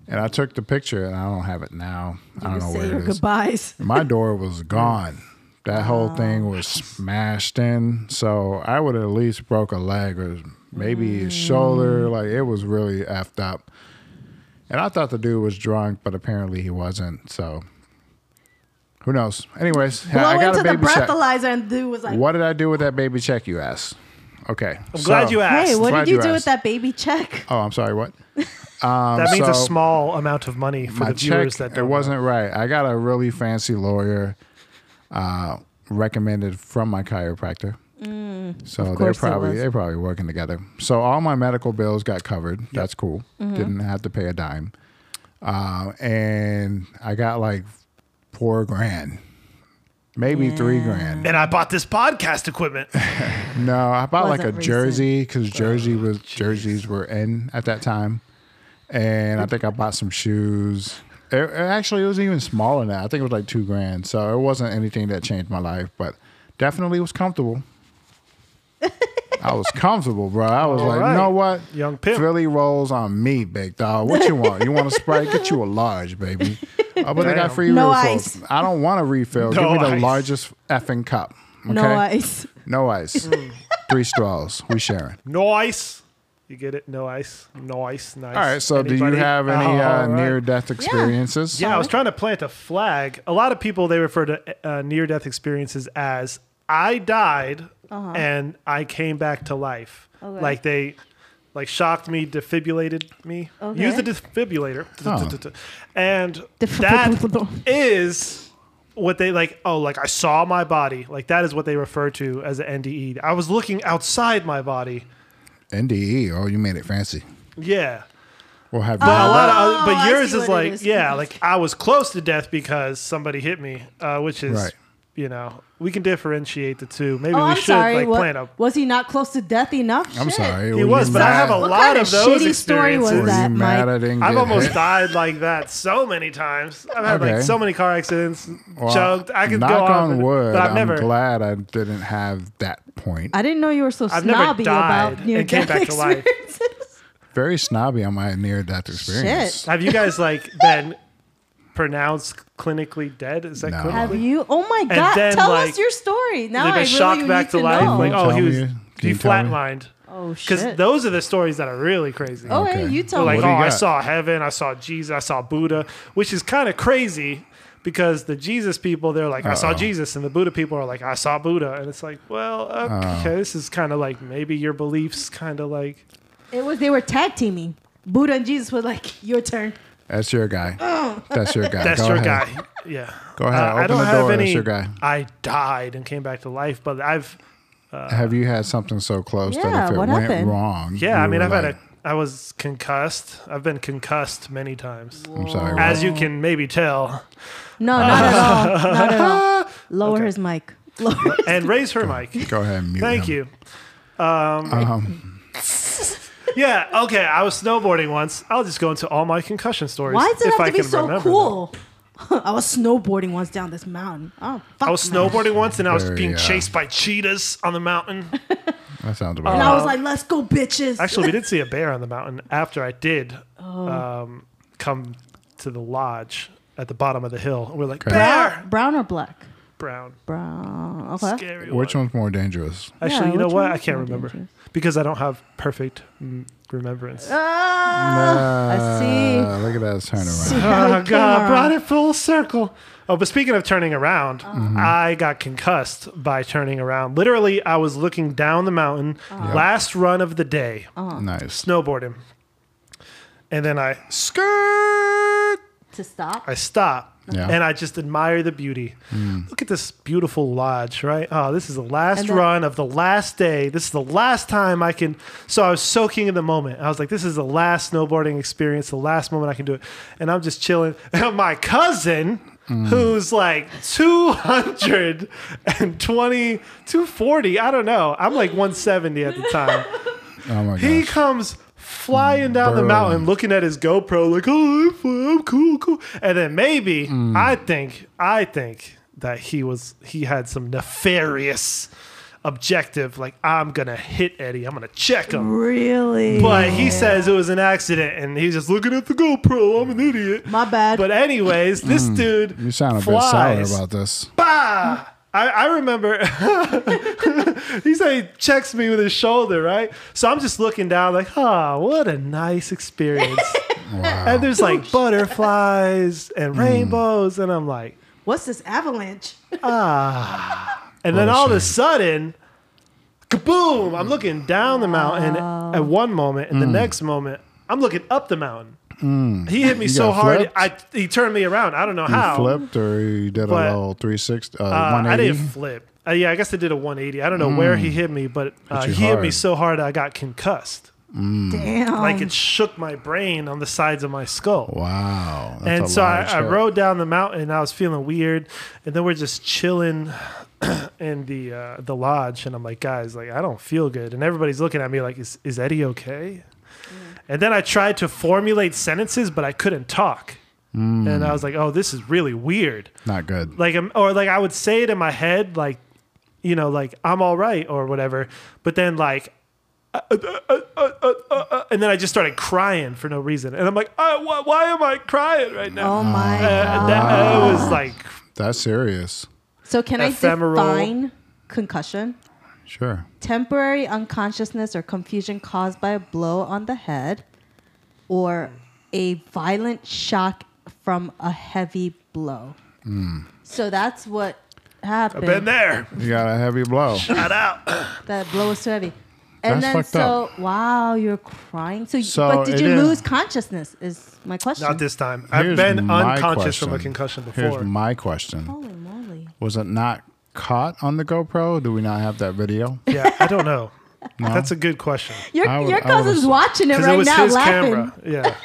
[SPEAKER 1] and I took the picture and I don't have it now. I don't know
[SPEAKER 3] Say
[SPEAKER 1] where
[SPEAKER 3] your
[SPEAKER 1] it is.
[SPEAKER 3] goodbyes.
[SPEAKER 1] my door was gone. That whole
[SPEAKER 3] Oh,
[SPEAKER 1] thing was smashed in. So I would at least broke a leg or maybe
[SPEAKER 3] Mm.
[SPEAKER 1] his shoulder. Like it was really effed up. And I thought the dude was drunk, but apparently he wasn't. So who knows? Anyways,
[SPEAKER 3] Blow
[SPEAKER 1] I got
[SPEAKER 3] into
[SPEAKER 1] a
[SPEAKER 3] the
[SPEAKER 1] baby check.
[SPEAKER 3] breathalyzer and dude was like,
[SPEAKER 1] What did I do with that baby check? You asked. Okay.
[SPEAKER 2] I'm glad you asked.
[SPEAKER 3] "Hey, what
[SPEAKER 1] Glad
[SPEAKER 3] did you
[SPEAKER 1] you
[SPEAKER 3] do with
[SPEAKER 1] asked.
[SPEAKER 3] that baby check?"
[SPEAKER 1] Oh, I'm sorry. What?
[SPEAKER 2] that means a
[SPEAKER 1] Um, so-
[SPEAKER 2] small amount of money for the viewers that
[SPEAKER 1] it
[SPEAKER 2] don't
[SPEAKER 1] wasn't right. I got a really fancy lawyer uh, recommended from my chiropractor. so they're
[SPEAKER 3] Mm. course it
[SPEAKER 1] probably
[SPEAKER 3] was.
[SPEAKER 1] they're probably working together. So all my medical bills got covered. That's cool.
[SPEAKER 3] Mm-hmm.
[SPEAKER 1] Didn't have to pay a dime. Uh, and I got like four grand, maybe three grand.
[SPEAKER 2] Know. And I bought this podcast equipment.
[SPEAKER 1] No, I bought like a
[SPEAKER 3] Wasn't recent. Oh,
[SPEAKER 1] jersey because jersey was jerseys were in at that time, and I think I bought some shoes. It, it actually, it was even smaller than that. I think it was like two grand. So it wasn't anything that changed my life, but definitely was comfortable. I was comfortable, bro. I was
[SPEAKER 2] All
[SPEAKER 1] like,
[SPEAKER 2] right.
[SPEAKER 1] you know what?
[SPEAKER 2] Young pimp.
[SPEAKER 1] Philly rolls on me, big dog. What you want? You want a Sprite? Get you a large, baby. Oh, but they
[SPEAKER 2] Damn.
[SPEAKER 1] got free
[SPEAKER 3] No
[SPEAKER 1] refills. I don't want a refill.
[SPEAKER 2] No
[SPEAKER 1] Give me the
[SPEAKER 2] ice.
[SPEAKER 1] largest effing cup. Okay?
[SPEAKER 3] No ice.
[SPEAKER 1] No ice. Three straws. We sharing.
[SPEAKER 2] No ice. You get it? No ice. No ice. Nice.
[SPEAKER 1] All right. So, do you
[SPEAKER 2] Anybody?
[SPEAKER 1] have any
[SPEAKER 2] Oh,
[SPEAKER 1] uh,
[SPEAKER 2] all right.
[SPEAKER 1] near death experiences?
[SPEAKER 2] Yeah, I was trying to plant a flag. A lot of people they refer to uh, near death experiences as I died and I came back to life.
[SPEAKER 3] Uh-huh. Okay.
[SPEAKER 2] Like they like shocked me, defibrillated me.
[SPEAKER 3] Okay.
[SPEAKER 2] Use the defibrillator.
[SPEAKER 1] Oh.
[SPEAKER 2] And
[SPEAKER 3] Def-
[SPEAKER 2] that is what they like oh like I saw my body. Like that is what they refer to as an NDE. I was looking outside my body.
[SPEAKER 1] NDE. Oh, you made it fancy.
[SPEAKER 2] Yeah.
[SPEAKER 1] We'll have
[SPEAKER 2] a
[SPEAKER 1] you.
[SPEAKER 2] lot of other,
[SPEAKER 3] Oh, I
[SPEAKER 2] but yours
[SPEAKER 3] see
[SPEAKER 2] is
[SPEAKER 3] what it
[SPEAKER 2] like
[SPEAKER 3] is.
[SPEAKER 2] yeah like i was close to death because somebody hit me uh, which is
[SPEAKER 1] Right.
[SPEAKER 2] you know we can differentiate the two maybe
[SPEAKER 3] Oh,
[SPEAKER 2] we
[SPEAKER 3] I'm
[SPEAKER 2] should
[SPEAKER 3] sorry.
[SPEAKER 2] like
[SPEAKER 3] What-
[SPEAKER 2] plan a
[SPEAKER 3] was he not close to death enough?
[SPEAKER 1] I'm
[SPEAKER 3] Shit.
[SPEAKER 1] sorry. Were
[SPEAKER 2] he
[SPEAKER 1] you
[SPEAKER 2] was but i
[SPEAKER 1] mad-
[SPEAKER 2] have a
[SPEAKER 3] What
[SPEAKER 2] lot
[SPEAKER 3] kind
[SPEAKER 2] of
[SPEAKER 3] of
[SPEAKER 2] those
[SPEAKER 3] shitty story
[SPEAKER 2] experiences
[SPEAKER 3] was
[SPEAKER 1] Were you
[SPEAKER 3] that,
[SPEAKER 1] mad I
[SPEAKER 3] Mike?
[SPEAKER 1] didn't
[SPEAKER 2] I've
[SPEAKER 1] get
[SPEAKER 2] almost
[SPEAKER 1] hit?
[SPEAKER 2] died like that so many times. I've had
[SPEAKER 1] Okay.
[SPEAKER 2] like so many car accidents,
[SPEAKER 1] Well,
[SPEAKER 2] chugged. I could
[SPEAKER 1] knock
[SPEAKER 2] go on,
[SPEAKER 1] on
[SPEAKER 2] but-
[SPEAKER 1] wood.
[SPEAKER 2] but I've
[SPEAKER 1] I'm
[SPEAKER 2] never,
[SPEAKER 1] glad I didn't have that point.
[SPEAKER 3] I didn't know you were so
[SPEAKER 2] I've never
[SPEAKER 3] snobby
[SPEAKER 2] died
[SPEAKER 3] about near
[SPEAKER 2] and came
[SPEAKER 3] death
[SPEAKER 2] back to life.
[SPEAKER 3] experiences.
[SPEAKER 1] Very snobby on my near death experience.
[SPEAKER 2] Have you guys like been pronounced clinically dead? Is that
[SPEAKER 1] No.
[SPEAKER 2] clinically?
[SPEAKER 3] Have you? Oh my god!
[SPEAKER 2] then,
[SPEAKER 3] Tell
[SPEAKER 2] like,
[SPEAKER 3] us your story now.
[SPEAKER 2] They've been
[SPEAKER 3] I really
[SPEAKER 2] shocked
[SPEAKER 3] need
[SPEAKER 2] back to
[SPEAKER 3] to
[SPEAKER 2] life.
[SPEAKER 3] know.
[SPEAKER 2] Like,
[SPEAKER 1] Can you
[SPEAKER 2] oh, he
[SPEAKER 1] tell
[SPEAKER 2] was
[SPEAKER 1] me? Can
[SPEAKER 2] he
[SPEAKER 1] you tell me?
[SPEAKER 2] flatlined.
[SPEAKER 3] oh
[SPEAKER 2] Because
[SPEAKER 3] shit!
[SPEAKER 2] those are the stories that are really crazy.
[SPEAKER 3] oh, hey,
[SPEAKER 1] Okay.
[SPEAKER 3] you tell
[SPEAKER 2] They're
[SPEAKER 3] me.
[SPEAKER 2] like,
[SPEAKER 1] What do you
[SPEAKER 2] oh, I
[SPEAKER 1] got?"
[SPEAKER 2] saw heaven, I saw Jesus, I saw Buddha, which is kind of crazy because the Jesus people, they're like, I saw
[SPEAKER 1] Uh-oh.
[SPEAKER 2] Jesus, and the Buddha people are like, I saw Buddha. And it's like, well,
[SPEAKER 1] Uh.
[SPEAKER 2] okay, this is kind of like maybe your beliefs kind of like,
[SPEAKER 3] It was they were tag teaming. Buddha and Jesus were like, your turn.
[SPEAKER 1] That's your guy. That's your guy.
[SPEAKER 2] Oh. that's
[SPEAKER 1] Go
[SPEAKER 2] your
[SPEAKER 1] ahead.
[SPEAKER 2] guy. Yeah.
[SPEAKER 1] Go ahead.
[SPEAKER 2] Uh,
[SPEAKER 1] Open
[SPEAKER 2] I don't
[SPEAKER 1] the
[SPEAKER 2] have
[SPEAKER 1] door. That's
[SPEAKER 2] any.
[SPEAKER 1] your guy.
[SPEAKER 2] I died and came back to life, but I've,
[SPEAKER 1] Have you had something so close
[SPEAKER 3] Yeah,
[SPEAKER 1] that if it
[SPEAKER 3] what
[SPEAKER 1] went
[SPEAKER 3] happened?
[SPEAKER 1] wrong?
[SPEAKER 2] Uh, yeah, I
[SPEAKER 1] you
[SPEAKER 2] mean,
[SPEAKER 1] were
[SPEAKER 2] I've had
[SPEAKER 1] like,
[SPEAKER 2] a I was concussed. I've been concussed many times.
[SPEAKER 1] I'm sorry. What?
[SPEAKER 2] As you can maybe tell.
[SPEAKER 3] No, not
[SPEAKER 2] Uh.
[SPEAKER 3] at all. Not at all. Lower his mic. Lower.
[SPEAKER 2] And raise her mic.
[SPEAKER 1] Go ahead and mute
[SPEAKER 2] Thank
[SPEAKER 1] him.
[SPEAKER 2] you.
[SPEAKER 1] Um,
[SPEAKER 2] Yeah, okay. I was snowboarding once. I'll just go into all my concussion stories.
[SPEAKER 3] Why does it
[SPEAKER 2] if
[SPEAKER 3] have
[SPEAKER 2] I
[SPEAKER 3] to be
[SPEAKER 2] can
[SPEAKER 3] so
[SPEAKER 2] remember them.
[SPEAKER 3] cool? I was snowboarding once down this mountain. Oh, fuck
[SPEAKER 2] I was
[SPEAKER 3] man.
[SPEAKER 2] snowboarding once and I was
[SPEAKER 1] Very,
[SPEAKER 2] being
[SPEAKER 1] uh,
[SPEAKER 2] chased by cheetahs on the mountain.
[SPEAKER 1] That sounds about
[SPEAKER 3] And
[SPEAKER 1] right.
[SPEAKER 3] I was like, let's go, bitches.
[SPEAKER 2] Actually, we did see a bear on the mountain after I did
[SPEAKER 3] Oh.
[SPEAKER 2] um, come to the lodge at the bottom of the hill. We're like,
[SPEAKER 1] Okay.
[SPEAKER 3] brown,
[SPEAKER 2] bear!
[SPEAKER 3] brown or black?
[SPEAKER 2] Brown.
[SPEAKER 3] Brown. Okay.
[SPEAKER 2] Scary
[SPEAKER 1] Which
[SPEAKER 2] one.
[SPEAKER 1] one's more dangerous?
[SPEAKER 2] Actually,
[SPEAKER 3] Yeah,
[SPEAKER 2] you know
[SPEAKER 3] which
[SPEAKER 2] what?
[SPEAKER 3] one's
[SPEAKER 2] I can't
[SPEAKER 3] more
[SPEAKER 2] remember
[SPEAKER 3] dangerous?
[SPEAKER 2] because I don't have perfect mm, remembrance.
[SPEAKER 3] Uh, Ah, I
[SPEAKER 1] Ah,
[SPEAKER 3] see.
[SPEAKER 1] Look at that turnaround.
[SPEAKER 3] See how
[SPEAKER 2] Oh
[SPEAKER 3] it came
[SPEAKER 2] God,
[SPEAKER 3] around.
[SPEAKER 2] brought it full circle. Oh, but speaking of turning around, I got concussed by turning around. Literally, I was looking down the mountain, last run of the day,
[SPEAKER 1] Uh-huh. Nice.
[SPEAKER 2] snowboarding, and then I skirt.
[SPEAKER 3] to stop.
[SPEAKER 2] I stop.
[SPEAKER 1] Yeah.
[SPEAKER 2] And I just admire the beauty. Look at this beautiful lodge, right? Oh, this is the last
[SPEAKER 3] And then-
[SPEAKER 2] run of the last day. This is the last time I can. So I was soaking in the moment. I was like, this is the last snowboarding experience, the last moment I can do it. And I'm just chilling. And my cousin, who's like 220, 240, I don't know. I'm like 170 at the time.
[SPEAKER 1] Oh my
[SPEAKER 2] He
[SPEAKER 1] gosh.
[SPEAKER 2] comes flying down the
[SPEAKER 1] Burling.
[SPEAKER 2] mountain, looking at his GoPro, like, "Oh, I'm, fine, I'm cool, cool." And then maybe
[SPEAKER 1] Mm.
[SPEAKER 2] I think, I think that he was he had some nefarious objective, like, "I'm gonna hit Eddie. I'm gonna check him."
[SPEAKER 3] Really?
[SPEAKER 2] But he says it was an accident, and he's just looking at the GoPro. I'm an idiot.
[SPEAKER 3] My bad.
[SPEAKER 2] But anyways, this dude
[SPEAKER 1] Mm. You sound a bit
[SPEAKER 2] flies.
[SPEAKER 1] sour about this.
[SPEAKER 2] Bah! I, I remember he said he checks me with his shoulder, right? So I'm just looking down, like, ah, what a nice experience.
[SPEAKER 1] Wow. Hmm.
[SPEAKER 2] and there's like butterflies and rainbows, and I'm like,
[SPEAKER 3] What's this avalanche?
[SPEAKER 2] and then all of a sudden, kaboom! I'm looking down the mountain at one moment, and the
[SPEAKER 1] Hmm.
[SPEAKER 2] next moment, I'm looking up the mountain. He hit me so
[SPEAKER 1] got
[SPEAKER 2] hard,
[SPEAKER 1] flipped?
[SPEAKER 2] I, he turned me around. I don't know how.
[SPEAKER 1] You flipped or you did a
[SPEAKER 2] But,
[SPEAKER 1] little 360, uh,
[SPEAKER 2] Uh, I
[SPEAKER 1] 180?
[SPEAKER 2] didn't flip. Uh, yeah, I guess I did a 180. I don't know where he hit me, but uh,
[SPEAKER 1] Hit you
[SPEAKER 2] he hit me
[SPEAKER 1] Hmm. hard.
[SPEAKER 2] so hard I got concussed.
[SPEAKER 3] Damn.
[SPEAKER 2] Like it shook my brain on the sides of my skull.
[SPEAKER 1] Wow. Oh, That's a
[SPEAKER 2] and so I,
[SPEAKER 1] large
[SPEAKER 2] I
[SPEAKER 1] hit.
[SPEAKER 2] rode down the mountain. I was feeling weird, and then we're just chilling in the uh, the lodge, and I'm like, guys, like I don't feel good, and everybody's looking at me like, is is Eddie okay? And then I tried to formulate sentences, but I couldn't talk.
[SPEAKER 1] Hmm.
[SPEAKER 2] And I was like, oh, this is really weird
[SPEAKER 1] Not good.
[SPEAKER 2] like um, or like I would say it in my head like you know like I'm all right or whatever but then like uh, uh, uh, uh, uh, uh, uh, and then I just started crying for no reason and I'm like uh, wh- why am I crying right now
[SPEAKER 3] oh my
[SPEAKER 2] Uh,
[SPEAKER 3] god.
[SPEAKER 2] that uh, it was like
[SPEAKER 1] That's serious.
[SPEAKER 3] so can
[SPEAKER 2] ephemeral-
[SPEAKER 3] I define concussion?
[SPEAKER 1] Sure.
[SPEAKER 3] Temporary unconsciousness or confusion caused by a blow on the head, or a violent shock from a heavy blow.
[SPEAKER 2] Hmm.
[SPEAKER 3] So that's what happened.
[SPEAKER 2] been there
[SPEAKER 1] You got a heavy blow.
[SPEAKER 2] not out
[SPEAKER 3] That blow was too heavy. And
[SPEAKER 1] That's
[SPEAKER 3] then
[SPEAKER 1] fucked
[SPEAKER 3] so wow, you're crying. So,
[SPEAKER 1] So
[SPEAKER 3] but did
[SPEAKER 1] it
[SPEAKER 3] you
[SPEAKER 1] is-
[SPEAKER 3] lose consciousness? Is my question.
[SPEAKER 2] not this time I've
[SPEAKER 1] Here's
[SPEAKER 2] been
[SPEAKER 1] my
[SPEAKER 2] unconscious from a
[SPEAKER 1] question.
[SPEAKER 2] concussion
[SPEAKER 1] Here's
[SPEAKER 2] before
[SPEAKER 1] my question.
[SPEAKER 3] Holy moly!
[SPEAKER 1] Was it not caught on the GoPro? Do we not have that video?
[SPEAKER 2] yeah I don't know that's a good question
[SPEAKER 3] Your,
[SPEAKER 1] I would-
[SPEAKER 3] your
[SPEAKER 1] I would-
[SPEAKER 3] cousin's watching it
[SPEAKER 2] because
[SPEAKER 3] right
[SPEAKER 2] it was
[SPEAKER 3] now,
[SPEAKER 2] his
[SPEAKER 3] laughing.
[SPEAKER 2] camera yeah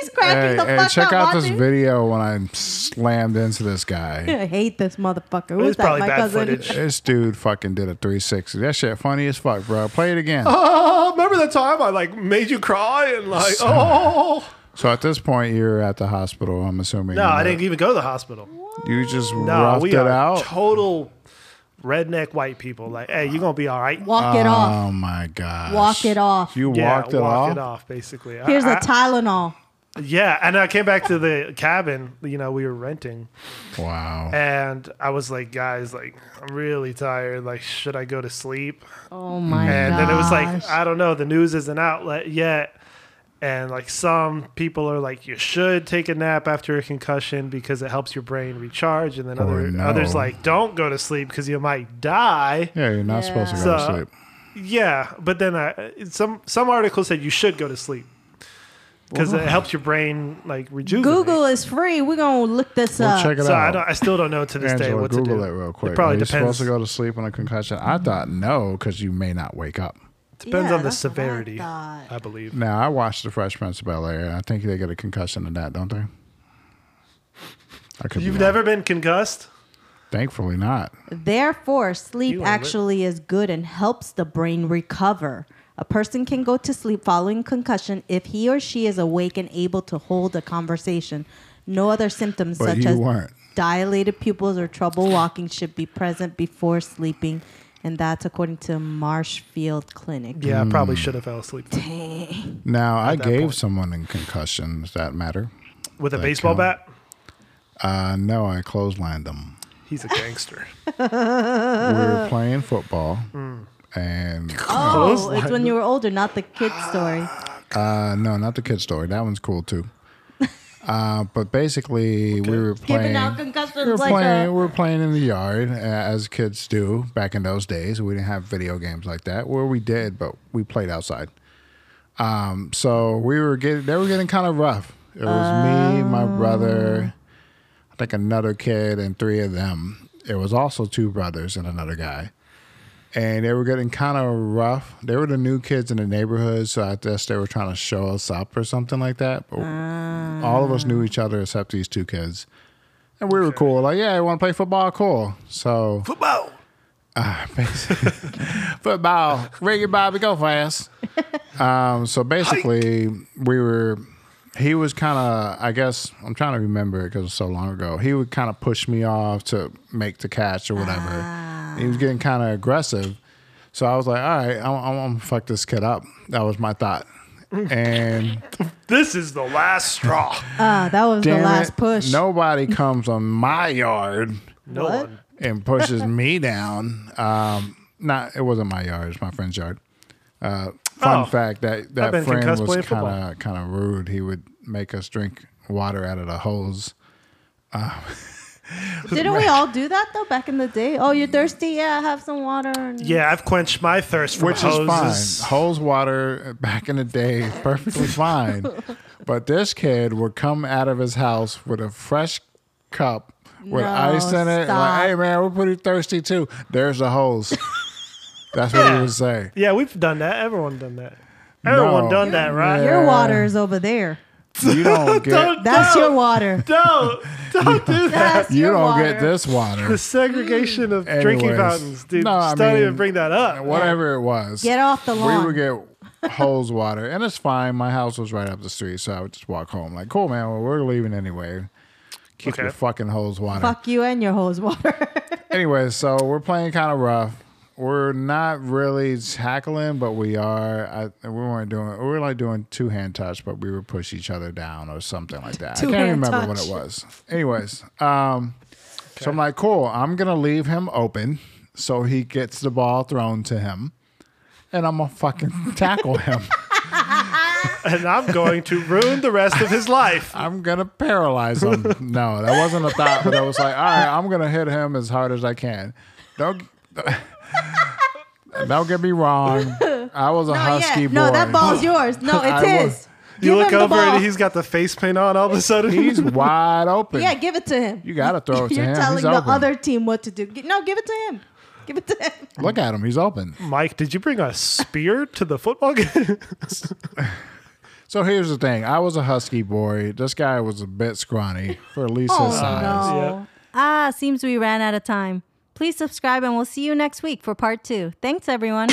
[SPEAKER 3] He's
[SPEAKER 1] Hey,
[SPEAKER 3] cracking the
[SPEAKER 1] hey,
[SPEAKER 3] fuck
[SPEAKER 1] check
[SPEAKER 3] up
[SPEAKER 1] out this
[SPEAKER 3] watching.
[SPEAKER 1] video when I slammed into this guy.
[SPEAKER 3] I hate this motherfucker.
[SPEAKER 2] it
[SPEAKER 3] Who's
[SPEAKER 2] was
[SPEAKER 3] that?
[SPEAKER 2] probably
[SPEAKER 3] My
[SPEAKER 2] bad
[SPEAKER 3] cousin.
[SPEAKER 2] footage
[SPEAKER 1] This dude fucking did a 360. That shit funny as fuck, bro. Play it again.
[SPEAKER 2] oh remember the time I like made you cry and like oh
[SPEAKER 1] So at this point, you're at the hospital. I'm assuming.
[SPEAKER 2] no
[SPEAKER 1] you
[SPEAKER 2] I
[SPEAKER 1] know.
[SPEAKER 2] didn't even go to the hospital
[SPEAKER 1] You just
[SPEAKER 2] No,
[SPEAKER 1] roughed
[SPEAKER 2] we
[SPEAKER 1] it
[SPEAKER 2] are
[SPEAKER 1] out.
[SPEAKER 2] total redneck white people. Like, hey, you're gonna be all right.
[SPEAKER 3] Walk it off.
[SPEAKER 1] Oh my god!
[SPEAKER 3] Walk it off.
[SPEAKER 1] You
[SPEAKER 2] yeah,
[SPEAKER 1] walked it
[SPEAKER 2] walk
[SPEAKER 1] off.
[SPEAKER 2] it off, basically. I-
[SPEAKER 3] Here's
[SPEAKER 2] I,
[SPEAKER 3] a Tylenol.
[SPEAKER 2] yeah, and I came back to the cabin. You know, we were renting,
[SPEAKER 1] Wow.
[SPEAKER 2] and I was like, guys, like, I'm really tired. Like, should I go to sleep?
[SPEAKER 3] Oh my
[SPEAKER 2] And
[SPEAKER 3] god.
[SPEAKER 2] then it was like, I don't know. The news isn't out yet. And like some people are like, you should take a nap after a concussion because it helps your brain recharge. And then
[SPEAKER 1] Or
[SPEAKER 2] other,
[SPEAKER 1] Oh, no.
[SPEAKER 2] others like, don't go to sleep because you might die.
[SPEAKER 1] yeah, you're not supposed to
[SPEAKER 3] Yeah.
[SPEAKER 1] go
[SPEAKER 2] So-
[SPEAKER 1] to sleep.
[SPEAKER 2] Yeah, but then I, some some articles said you should go to sleep because it helps your brain like rejuvenate.
[SPEAKER 3] Google is free. We're gonna look this
[SPEAKER 1] Well,
[SPEAKER 3] up.
[SPEAKER 1] check it
[SPEAKER 2] So I,
[SPEAKER 1] out.
[SPEAKER 2] don't, I still don't know to this day
[SPEAKER 1] Angela,
[SPEAKER 2] what
[SPEAKER 1] Google
[SPEAKER 2] to do.
[SPEAKER 1] it real quick.
[SPEAKER 2] It probably
[SPEAKER 1] Are you
[SPEAKER 2] depends.
[SPEAKER 1] supposed to go to sleep on a concussion? I thought no, because you may not wake up.
[SPEAKER 2] Depends
[SPEAKER 3] Yeah,
[SPEAKER 2] on the
[SPEAKER 3] that's what I
[SPEAKER 2] severity,
[SPEAKER 3] thought.
[SPEAKER 2] I believe.
[SPEAKER 1] Now I watched The Fresh Prince of Bel Air. I think they get a concussion in that, don't they? I could be
[SPEAKER 2] You've
[SPEAKER 1] wrong.
[SPEAKER 2] never been concussed?
[SPEAKER 1] Thankfully, not.
[SPEAKER 3] Therefore,
[SPEAKER 2] You
[SPEAKER 3] sleep
[SPEAKER 2] were lit.
[SPEAKER 3] actually is good and helps the brain recover. A person can go to sleep following concussion if he or she is awake and able to hold a conversation. No other symptoms
[SPEAKER 1] But
[SPEAKER 3] such
[SPEAKER 1] you
[SPEAKER 3] as
[SPEAKER 1] weren't.
[SPEAKER 3] dilated pupils or trouble walking should be present before sleeping, and that's according to Marshfield Clinic.
[SPEAKER 2] Yeah, I
[SPEAKER 1] Mm.
[SPEAKER 2] probably should have fell asleep
[SPEAKER 1] Now I
[SPEAKER 2] that
[SPEAKER 1] gave
[SPEAKER 2] point.
[SPEAKER 1] someone in concussion. Does that matter?
[SPEAKER 2] with a
[SPEAKER 1] That
[SPEAKER 2] baseball
[SPEAKER 1] count?
[SPEAKER 2] bat.
[SPEAKER 1] Uh, no, I clotheslined them.
[SPEAKER 2] He's a gangster.
[SPEAKER 1] We
[SPEAKER 3] Uh.
[SPEAKER 1] were playing football,
[SPEAKER 2] Hmm.
[SPEAKER 1] and
[SPEAKER 3] Oh, it's when you were older, not the kid story.
[SPEAKER 1] uh, no, not the kid story. That one's cool too. Uh, but basically, we were
[SPEAKER 3] Giving
[SPEAKER 1] playing.
[SPEAKER 3] out
[SPEAKER 1] we were
[SPEAKER 3] concussions like
[SPEAKER 1] playing.
[SPEAKER 3] a,
[SPEAKER 1] we were playing in the yard, uh, as kids do back in those days. We didn't have video games like that. Well, we did, but we played outside. Um, so we were getting. They were getting kind of rough. It was me,
[SPEAKER 3] Oh.
[SPEAKER 1] my brother, I think another kid, and three of them. It was also two brothers and another guy. And they were getting kind of rough. They were the new kids in the neighborhood, so I guess they were trying to show us up or something like that. But
[SPEAKER 3] Ah.
[SPEAKER 1] all of us knew each other except these two kids. And we were cool. Like, yeah, you want to play football? Cool. So,
[SPEAKER 2] Football.
[SPEAKER 1] basically- football, ring it, Bobby, go fast. Um, so basically, we were. He was kind of, I guess, I'm trying to remember it because it was so long ago. He would kind of push me off to make the catch or whatever.
[SPEAKER 3] Ah.
[SPEAKER 1] He was getting kind of aggressive. So I was like, all right, I'm, I'm going to fuck this kid up. That was my thought. And
[SPEAKER 2] This is the last straw.
[SPEAKER 3] Ah, that was
[SPEAKER 1] damn
[SPEAKER 3] the last
[SPEAKER 1] it,
[SPEAKER 3] push.
[SPEAKER 1] nobody comes on my yard
[SPEAKER 2] No
[SPEAKER 3] What?
[SPEAKER 2] one.
[SPEAKER 1] and pushes me down. Um, not it wasn't my yard; it's my friend's yard. Uh, fun
[SPEAKER 2] Oh.
[SPEAKER 1] fact that
[SPEAKER 2] I've
[SPEAKER 1] that
[SPEAKER 2] been
[SPEAKER 1] friend
[SPEAKER 2] concussed
[SPEAKER 1] was
[SPEAKER 2] playing
[SPEAKER 1] kind
[SPEAKER 2] football.
[SPEAKER 1] of kind of rude. He would make us drink water out of the hose.
[SPEAKER 3] Didn't we all do that though back in the day? Oh, you're thirsty? Yeah, have some water. And
[SPEAKER 2] Yeah, I've quenched my thirst for
[SPEAKER 1] which
[SPEAKER 2] hoses.
[SPEAKER 1] is fine. Hose water uh, back in the day is perfectly fine. But this kid would come out of his house with a fresh cup with
[SPEAKER 3] No,
[SPEAKER 1] ice in it.
[SPEAKER 3] stop.
[SPEAKER 1] Like, hey man, we're pretty thirsty too. There's the hose. That's what he would say.
[SPEAKER 2] Yeah, we've done that. Everyone done that. Everyone
[SPEAKER 1] No.
[SPEAKER 2] done that, right?
[SPEAKER 1] Yeah.
[SPEAKER 3] Your water is over there.
[SPEAKER 1] You don't get
[SPEAKER 2] Don't,
[SPEAKER 3] That's
[SPEAKER 2] don't,
[SPEAKER 3] your water.
[SPEAKER 2] Don't, don't do that.
[SPEAKER 3] That's
[SPEAKER 1] you
[SPEAKER 3] your
[SPEAKER 1] don't
[SPEAKER 3] water.
[SPEAKER 1] get this water.
[SPEAKER 2] The segregation of drinking
[SPEAKER 1] Anyways.
[SPEAKER 2] fountains, dude.
[SPEAKER 1] No, I
[SPEAKER 2] just don't
[SPEAKER 1] mean-
[SPEAKER 2] even bring that up.
[SPEAKER 1] Whatever it was.
[SPEAKER 3] Get off the lawn.
[SPEAKER 1] We would get hose water. And it's fine. My house was right up the street, so I would just walk home. Like, cool man, well, we're leaving anyway. Keep
[SPEAKER 2] Okay.
[SPEAKER 1] your fucking hose water.
[SPEAKER 3] Fuck you and your hose water.
[SPEAKER 1] Anyway, so we're playing kind of rough. We're not really tackling, but we are. I, we weren't doing. We were like doing two hand touch, but we would push each other down or something like that. I can't
[SPEAKER 3] Two-hand
[SPEAKER 1] remember
[SPEAKER 3] touch.
[SPEAKER 1] what it was. Anyways, um, so I'm like, cool. I'm gonna leave him open so he gets the ball thrown to him, and I'm gonna fucking tackle him.
[SPEAKER 2] And I'm going to ruin the rest of his life.
[SPEAKER 1] I'm gonna paralyze him. No, that wasn't a thought, but I was like, all right, I'm gonna hit him as hard as I can. Don't don't get me wrong. I was a husky boy.
[SPEAKER 3] No, that ball's yours. No,
[SPEAKER 1] I
[SPEAKER 3] it's
[SPEAKER 1] will-
[SPEAKER 3] his.
[SPEAKER 2] You
[SPEAKER 3] give
[SPEAKER 2] look
[SPEAKER 3] him the
[SPEAKER 2] over
[SPEAKER 3] ball.
[SPEAKER 2] and he's got the face paint on all of a sudden.
[SPEAKER 1] He's wide open.
[SPEAKER 3] yeah, give it to him.
[SPEAKER 1] You gotta throw it to
[SPEAKER 3] You're
[SPEAKER 1] him.
[SPEAKER 3] telling
[SPEAKER 1] He's
[SPEAKER 3] the
[SPEAKER 1] open.
[SPEAKER 3] other team what to do. Gi- No, give it to him. Give it to him.
[SPEAKER 1] Look at him. He's open.
[SPEAKER 2] Mike, did you bring a spear to the football game?
[SPEAKER 1] So here's the thing. I was a husky boy. This guy was a bit scrawny for at least
[SPEAKER 3] Oh
[SPEAKER 1] his size.
[SPEAKER 3] no. Ah, seems we ran out of time. Please subscribe and we'll see you next week for part two. Thanks, everyone.